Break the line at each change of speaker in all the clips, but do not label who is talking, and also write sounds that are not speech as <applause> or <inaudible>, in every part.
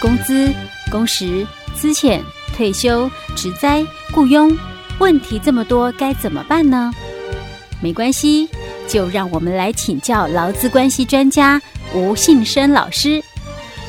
工资、工时、资遣、退休、职灾、雇佣，问题这么多，该怎么办呢？没关系，就让我们来请教劳资关系专家吴信生老师。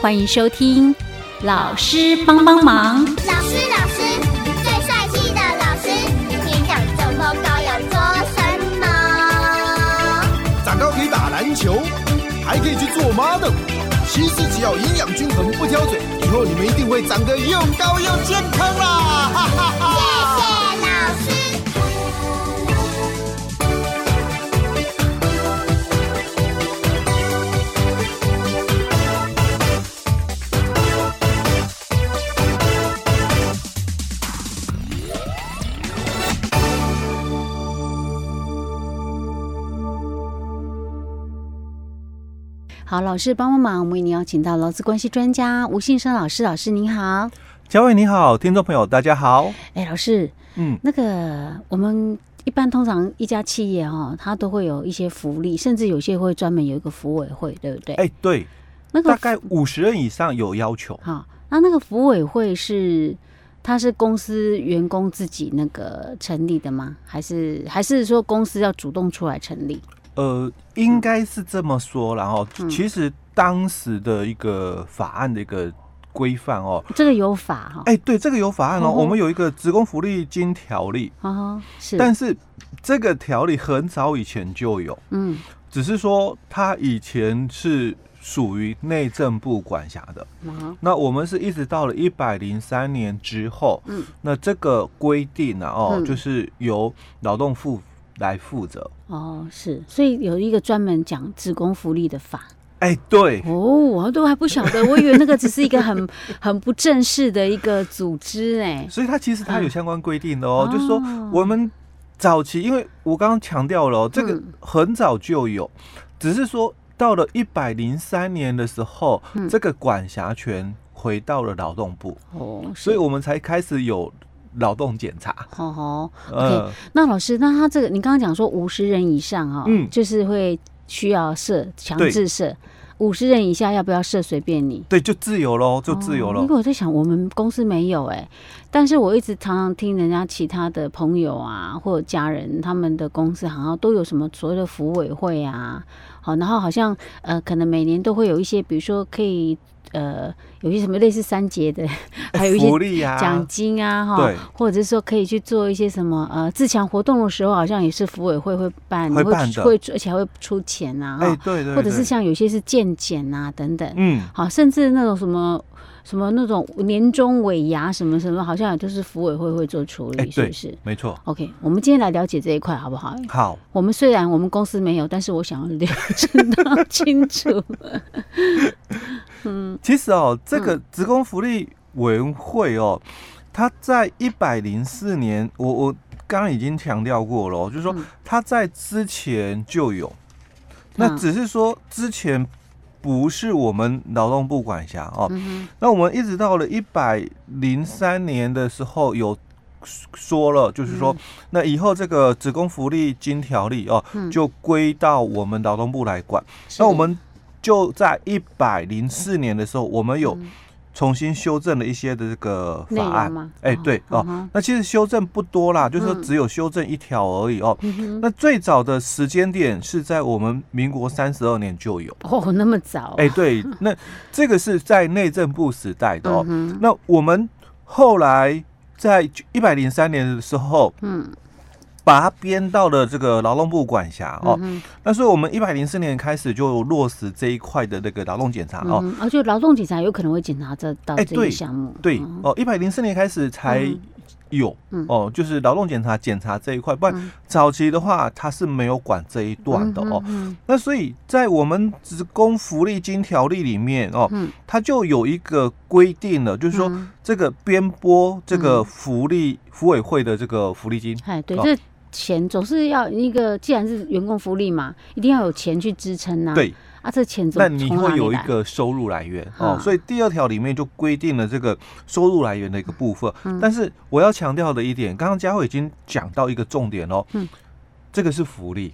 欢迎收听《老师帮帮忙》。
老师，老师，最帅气的老师，你长这么高要做什么？
长高可以打篮球，还可以去做 model。其实只要营养均衡，不挑嘴，以后你们一定会长得又高又健康啦！哈哈哈
谢谢哎老师。
好，老师帮帮忙，我们已经邀请到劳资关系专家吴信生老师。老师您好，
嘉伟你好，听众朋友大家好。
哎，老师，
嗯，
那个我们一般通常一家企业哦，它都会有一些福利，甚至有些会专门有一个福委会，对不对？
哎、对，
那个
大概五十人以上有要求。
好，那那个福委会是它是公司员工自己那个成立的吗？还是还是说公司要主动出来成立？
呃，应该是这么说啦，然后、
嗯
其实当时的一个法案的一个规范哦，
这个有法哈、
哎、对，这个有法案哦，
哦
我们有一个职工福利金条例，
哦，是，
但是这个条例很早以前就有，
嗯
只是说它以前是属于内政部管辖的。
啊
那我们是一直到了一百零三年之后，
嗯，
那这个规定啊，哦，
嗯
就是由劳动部来负责。
哦是，所以有一个专门讲职工福利的法
哎、对，
哦，我都还不晓得，我以为那个只是一个很 <laughs> 很不正式的一个组织哎、
所以它其实它有相关规定的哦，
嗯
就是说
哦
我们早期，因为我刚刚强调了、哦，这个
嗯
很早就有，只是说到了一百零三年的时候，
嗯
这个管辖权回到了劳动部，
哦，
所以
是
我们才开始有劳动检查。
好好，
呃，
那老师，那他这个你刚刚讲说五十人以上哈、
嗯
就是会需要设强
对
制设，五十人以下要不要设随便你。
对，就自由喽，就自由
哦
喽。
因为我在想，我们公司没有哎、但是我一直常常听人家其他的朋友啊，或者家人，他们的公司好像都有什么所谓的服委会啊，好，然后好像呃，可能每年都会有一些，比如说可以呃，有一些什么类似三节的， <laughs> 还有一些
福利呀、
奖金啊，哈
对，
或者是说可以去做一些什么呃自强活动的时候，好像也是服委会会办，
会办
出
的
会出而且还会出钱啊，
哎、
哈
对对对，
或者是像有些是健检啊等等，
嗯，
好，甚至那种什么什么那种年终尾牙什么什么，好像也都是服委会会做处
哎、
理，是
对，
不是
没错。
？OK，我们今天来了解这一块好不好？ <laughs>
好，
我们虽然我们公司没有，但是我想要了解到清楚。嗯
其实哦，这个职工福利委员会哦，它在一百零四年，我我刚刚已经强调过了哦，就是说
嗯
它在之前就有，那
嗯
只是说之前不是我们劳动部管辖哦，
嗯
那我们一直到了一百零三年的时候有。说了，就是说，那以后这个职工福利金条例哦，
嗯
就归到我们劳动部来管。
哼，是
那我们就在一百零四年的时候，我们有
嗯
重新修正了一些的这个
内
法
容
案
吗。
哎、
哦
对哦、
嗯哼
那其实修正不多啦，就是说
嗯
只有修正一条而已哦。
嗯哼
那最早的时间点是在我们民国三十二年就有。
哦，那么早、
哎、
<laughs>
对，那这个是在内政部时代的哦。
嗯哼
那我们后来在一百零三年的时候，
嗯
把它编到了这个劳动部管辖哦。
嗯
那所以我们一百零四年开始就落实这一块的那个劳动检查
哼
哦。
嗯哼，而且劳动警察有可能会检查这到
哎
这
对
一项目，
对
嗯
哦，一百零四年开始才
嗯
有、
嗯
哦，就是劳动检查检查这一块，不
嗯
然早期的话它是没有管这一段的哦。
嗯
那所以在我们职工福利金条例里面哦，
嗯
它就有一个规定了，就是说
嗯
这个编拨这
嗯
个福利福委会的这个福利金，
哎，对，
哦
这钱总是要一个，既然是员工福利嘛，一定要有钱去支撑呐、啊。
对，
啊，这钱
那
总
你
从哪
会
里
有一
来？
个收入来源
嗯
哦，所以第二条里面就规定了这个收入来源的一个部分。
嗯
但是我要强调的一点，刚刚佳慧已经讲到一个重点哦，
嗯
这个是福利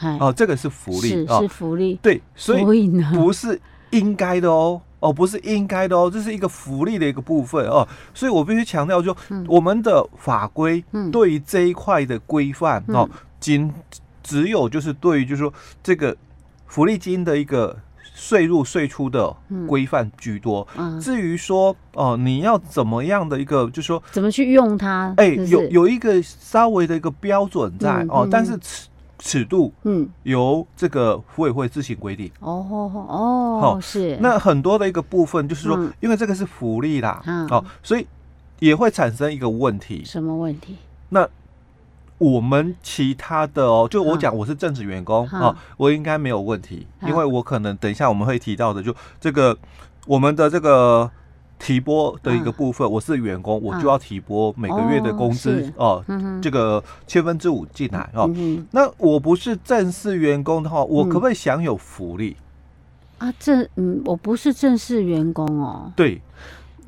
哎，
哦，这个是福利
是
哦
是，福利，
对，所以
<laughs> 以呢，
不是应该的哦，哦，不是应该的哦，这是一个福利的一个部分哦。所以我必须强调，就我们的法规
嗯
对于这一块的规范哦，仅只有就是对于就是说这个福利金的一个税入税出的哦规范居多。
嗯，
至于说哦、你要怎么样的一个，就是说
怎么去用它？
哎、
嗯是不是
有，有一个稍微的一个标准在、
嗯
哦
嗯，
但是尺尺度
嗯，
由这个服委会自行规定。
哦哦哦，
好
是，
那很多的一个部分就是说，
嗯
因为这个是福利啦，
嗯
哦，所以也会产生一个问题。
什么问题？
那我们其他的哦，就我讲我是正职员工
嗯
哦，我应该没有问题，
嗯
因为我可能等一下我们会提到的，就这个我们的这个。提拨的一个
嗯
部分，我是员工，我
嗯
就要提拨每个月的
哦
工
是
资哦，
嗯哼，
这个千分之五进来哦。
嗯
那我不是正式员工的话，我可不可以享有福利？
哼啊，正嗯，我不是正式员工哦，
对，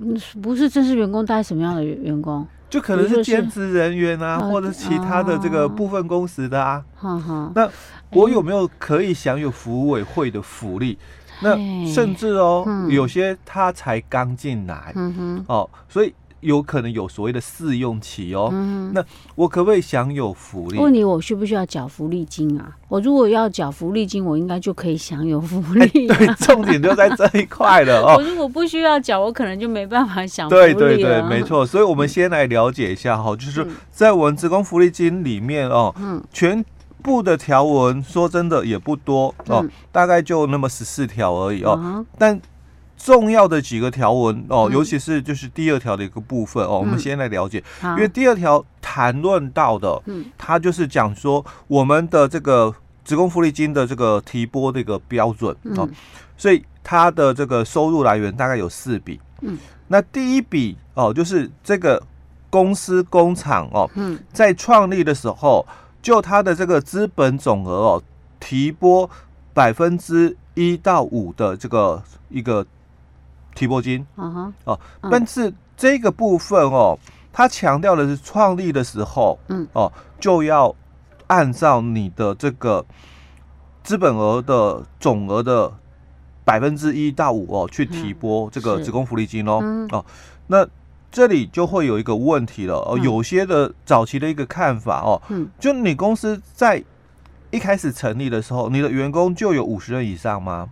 嗯不是正式员工，大概什么样的员工？
就可
比
能
如
是
说是
兼职人员啊，
哦
或者其他的这
哦哎
个部分工时的啊。
哈哈，
那我有没有可以享有服委会的福利？那
嘿
甚至哦，
哎嗯
有些他才刚进来
嗯哼，
哦，所以有可能有所谓的试用期哦。
嗯哼。哦
那我可不可以享有福利？
问你我需不需要缴福利金啊？我如果要缴福利金，我应该就可以享有福
哎，
利、啊。
对，重点就在这一块了
<laughs>
哦
我。如果不需要缴，我可能就没办法享福利啊
对
了。
对对，
<laughs>
没。错。所以，我们先来了解一下哈，就是说在我们职工福利金里面哦，
嗯
全部的条文说真的也不多哦，
嗯
大概就那么十四条而已哦。
啊，
但重要的几个条文哦，尤其是就是第二条的一个部分哦，我们
嗯
先来了解，
好
因为第二条谈论到的，
嗯
它就是讲说我们的这个职工福利金的这个提拨的一个标准哦，
嗯
所以它的这个收入来源大概有四笔。
嗯，
那第一笔哦，就是这个公司工厂哦，
嗯
在创立的时候，就它的这个资本总额哦，提拨百分之一到五的这个一个提拨金
啊哈
哦，
嗯
但是这个部分哦，它强调的是创立的时候，
嗯
哦，就要按照你的这个资本额的总额的百分之一到五哦，去提拨这个
嗯是
职工福利金哦，
嗯
哦，那这里就会有一个问题了，哦，
嗯
有些的早期的一个看法哦，
嗯
就你公司在一开始成立的时候，你的员工就有五十人以上吗？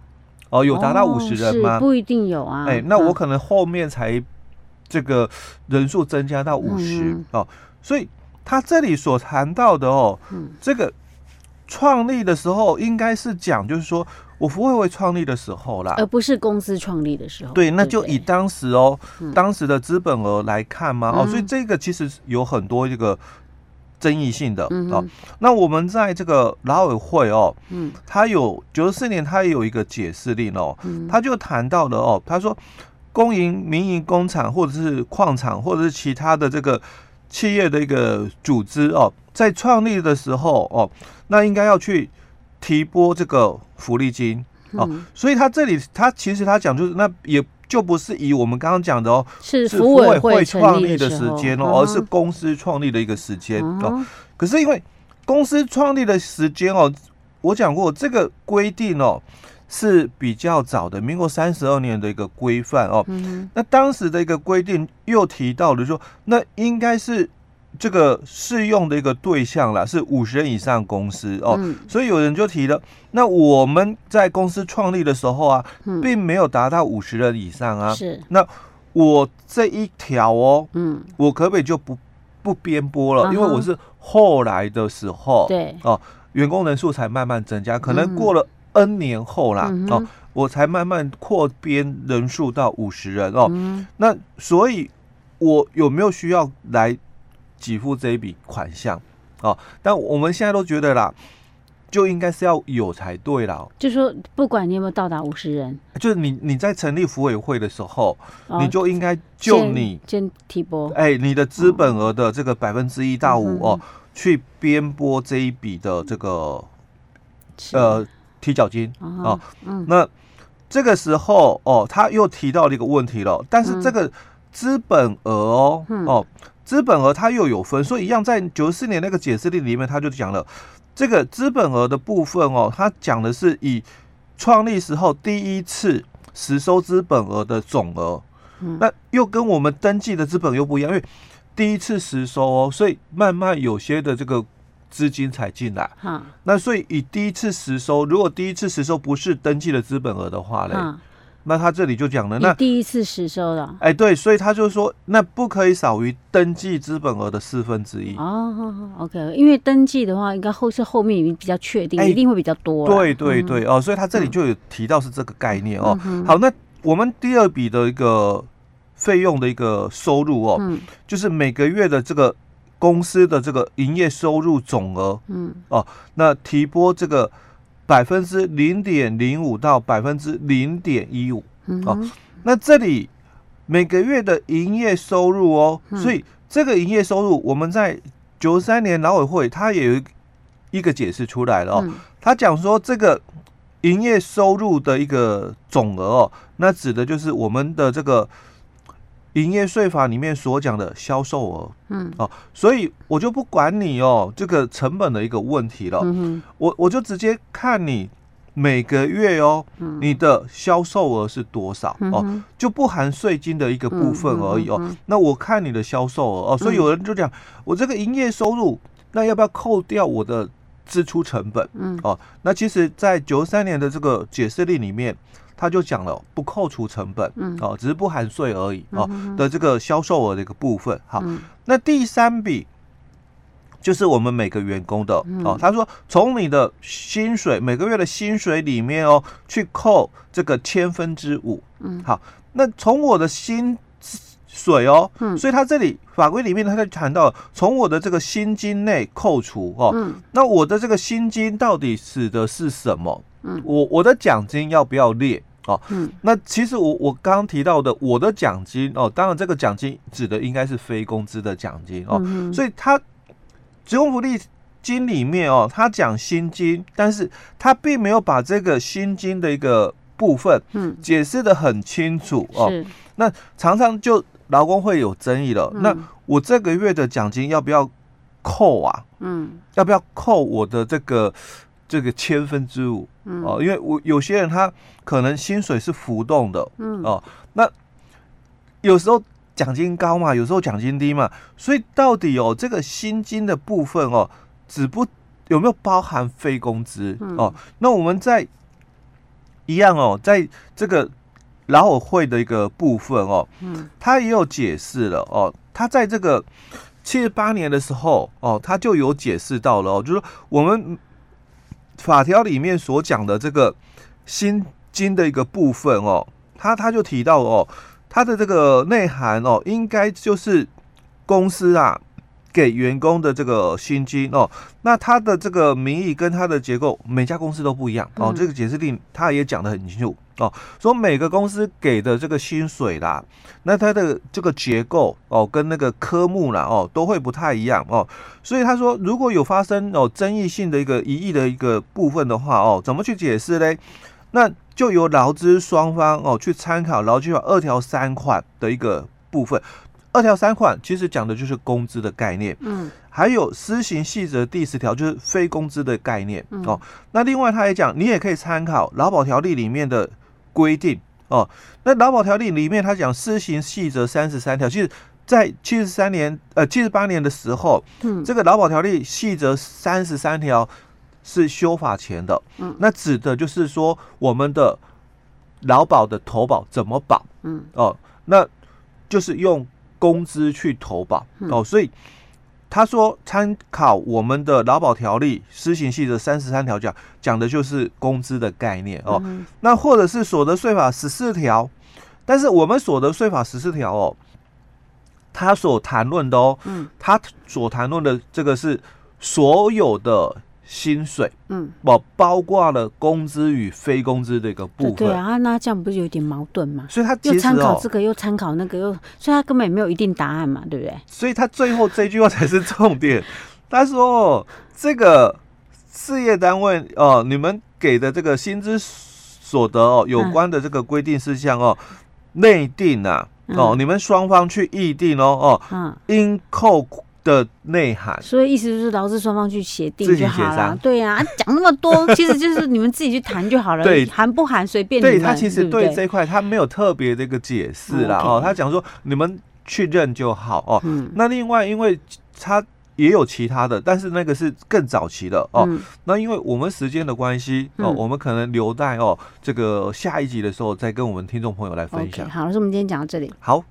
哦，有达到五十人
是
吗？
不一定有啊。
哎、那我
嗯
可能后面才这个人数增加到五十、
嗯
哦，所以他这里所谈到的哦，
嗯
这个创立的时候应该是讲，就是说我服委会创立的时候啦，
而呃不是公司创立的时候。
对，那
不
就以当时哦，
嗯
当时的资本额来看嘛，哦，
嗯
所以这个其实有很多这个争议性的、
嗯
哦
哼。
那我们在这个劳委会哦，
嗯
他有九十四年，他也有一个解释令哦，
嗯
他就谈到了哦，他说公营、民营工厂或者是矿场或者是其他的这个企业的一个组织哦，在创立的时候哦，那应该要去提拨这个福利金哦，
嗯
所以他这里他其实他讲就是那也就不是以我们刚刚讲的哦，
是
是
服
委
会
创
立
的时
时
间
候啊
哦，而是公司创立的一个时间
嗯
哦。
哼
可是因为公司创立的时间哦，我讲过这个规定哦是比较早的，民国三十二年的一个规范哦。
嗯哼
那当时的一个规定又提到了说，那应该是这个适用的一个对象啦，是五十人以上公司哦。
嗯
所以有人就提了，那我们在公司创立的时候啊，
嗯
并没有达到五十人以上啊。
是
那我这一条哦，
嗯
我可不可以就不不编播
嗯
了？
哼
因为我是后来的时候，
对
哦，员工人数才慢慢增加，可
嗯
能过了 N 年后啦，
嗯哼
哦，我才慢慢扩编人数到五十人哦。
嗯
那所以，我有没有需要来给付这一笔款项？哦，但我们现在都觉得啦，就应该是要有才对啦。
就说不管你有没有到达五十人，
就是你你在成立服委会的时候，
哦
你就应该就
先
你
先提拨
哎，你的资本额的这个百分之一到
嗯
五
哼
哦，去编拨这一笔的这个
是
呃提缴金
啊
哦。
嗯
那这个时候哦，他又提到了一个问题了，但是这个资本额哦
嗯
哦，资本额它又有分，所以一样在九四年那个解释令里面，他就讲了这个资本额的部分哦，他讲的是以创立时候第一次实收资本额的总额，
嗯
那又跟我们登记的资本又不一样，因为第一次实收哦，所以慢慢有些的这个资金才进来。
哈，
那所以以第一次实收，如果第一次实收不是登记的资本额的话嘞，
哈，
那他这里就讲了，
嗯你
那
第一次实收了，
哎对，所以他就说那不可以少于登记资本额的四分之一。
哦好好，OK，因为登记的话，应该后是后面已经比较确定，
哎
一定会比较多啦。
对对对哦，所以他这里就有提到是这个概念哦。
嗯
好，那我们第二笔的一个费用的一个收入哦，
嗯
就是每个月的这个公司的这个营业收入总额，哦
嗯
那提拨这个百分之零点零五到百分之零点一五。
嗯
哦
哼，
那这里每个月的营业收入哦，
嗯
所以这个营业收入我们在九三年劳委会它也有一一个解释出来了哦，
嗯
他讲说这个营业收入的一个总额哦，那指的就是我们的这个营业税法里面所讲的销售额。
嗯
哦，所以我就不管你哦这个成本的一个问题了，哦
嗯
我我就直接看你每个月哦，你的销售额是多少、
哼，
哦，
嗯
就不含税金的一个部分而已哦。
嗯嗯嗯嗯嗯
那我看你的销售额哦，所以有人就讲、我这个营业收入，那要不要扣掉我的支出成本？
嗯
哦，那其实，在九三年的这个解释令里面，他就讲了不扣除成本，
嗯
哦，只是不含税而已哦、
嗯
的这个销售额的一个部分。好，
嗯
那第三笔就是我们每个员工的、
嗯
哦，他说从你的薪水每个月的薪水里面哦，去扣这个千分之五。
嗯
好，那从我的薪水哦，
嗯
所以他这里法规里面他就谈到了从我的这个薪金内扣除哦，
嗯
那我的这个薪金到底指的是什么？
嗯
我我的奖金要不要列？哦，
嗯
那其实我我刚刚提到的我的奖金哦，当然这个奖金指的应该是非工资的奖金哦，
嗯
所以他职工福利金里面哦，他讲薪金，但是他并没有把这个薪金的一个部分
嗯
解释的很清楚哦，
是
那常常就劳工会有争议了。
嗯
那我这个月的奖金要不要扣啊？
嗯
要不要扣我的这个这个千分之五
嗯
哦？因为我有些人他可能薪水是浮动的
嗯
哦，那有时候奖金高嘛，有时候奖金低嘛，所以到底哦这个薪金的部分哦，只不有没有包含非工资
嗯
哦？那我们在一样哦，在这个劳委会的一个部分哦，
嗯
他也有解释了哦，他在这个七十八年的时候哦，他就有解释到了哦，就是说我们法条里面所讲的这个薪金的一个部分哦，他他就提到哦，它的这个内涵哦，应该就是公司啊给员工的这个薪金哦，那它的这个名义跟它的结构，每家公司都不一样哦。
嗯
这个解释令他也讲得很清楚哦，说每个公司给的这个薪水啦，那它的这个结构哦，跟那个科目啦哦，都会不太一样哦。所以他说，如果有发生哦争议性的一个疑义的一个部分的话哦，怎么去解释嘞？那就由劳资双方哦去参考劳基法二条三款的一个部分。二条三款其实讲的就是工资的概念，
嗯
还有施行细则第十条就是非工资的概念、
嗯
哦。那另外他也讲，你也可以参考劳保条例里面的规定哦。那劳保条例里面他讲施行细则三十三条，其实在七十三年呃七十八年的时候，
嗯
这个劳保条例细则三十三条是修法前的，
嗯
那指的就是说我们的劳保的投保怎么保
嗯
哦，那就是用工资去投保
嗯
哦，所以他说参考我们的劳保条例施行细则三十三条讲讲的就是工资的概念哦，
嗯
那或者是所得税法十四条，但是我们所得税法十四条哦，他所谈论的哦，
嗯
他所谈论的这个是所有的薪水，
嗯
包包括了工资与非工资的一个
对
部
对
分，
啊，那这样不是有点矛盾吗？
所以他
又
其实
参考
哦
这，个，又参考那个，又所以他根本也没有一定答案嘛，对不对？
所以他最后这句话才是重点。 <laughs> 他说这个事业单位哦、你们给的这个薪资所得哦有
嗯
关的这个规定事项哦，内定啊。哦，
嗯
你们双方去议定哦，哦，
嗯
应扣的内涵。
所以意思就是劳资双方去协定
自己
就好
协
了
商。
对呀、啊，讲那么
<laughs>
多，其实就是你们自己去谈就好了。
对
谈不谈随便你们。
对他其实
对
对
不
这一块他没有特别的一个解释啦
嗯，OK
哦，他讲说你们去认就好哦。
嗯
那另外，因为他也有其他的，但是那个是更早期的哦。
嗯
那因为我们时间的关系哦，
嗯
我们可能留待哦这个下一集的时候再跟我们听众朋友来分
OK，
享。
好了，所以我们今天讲到这里。
好，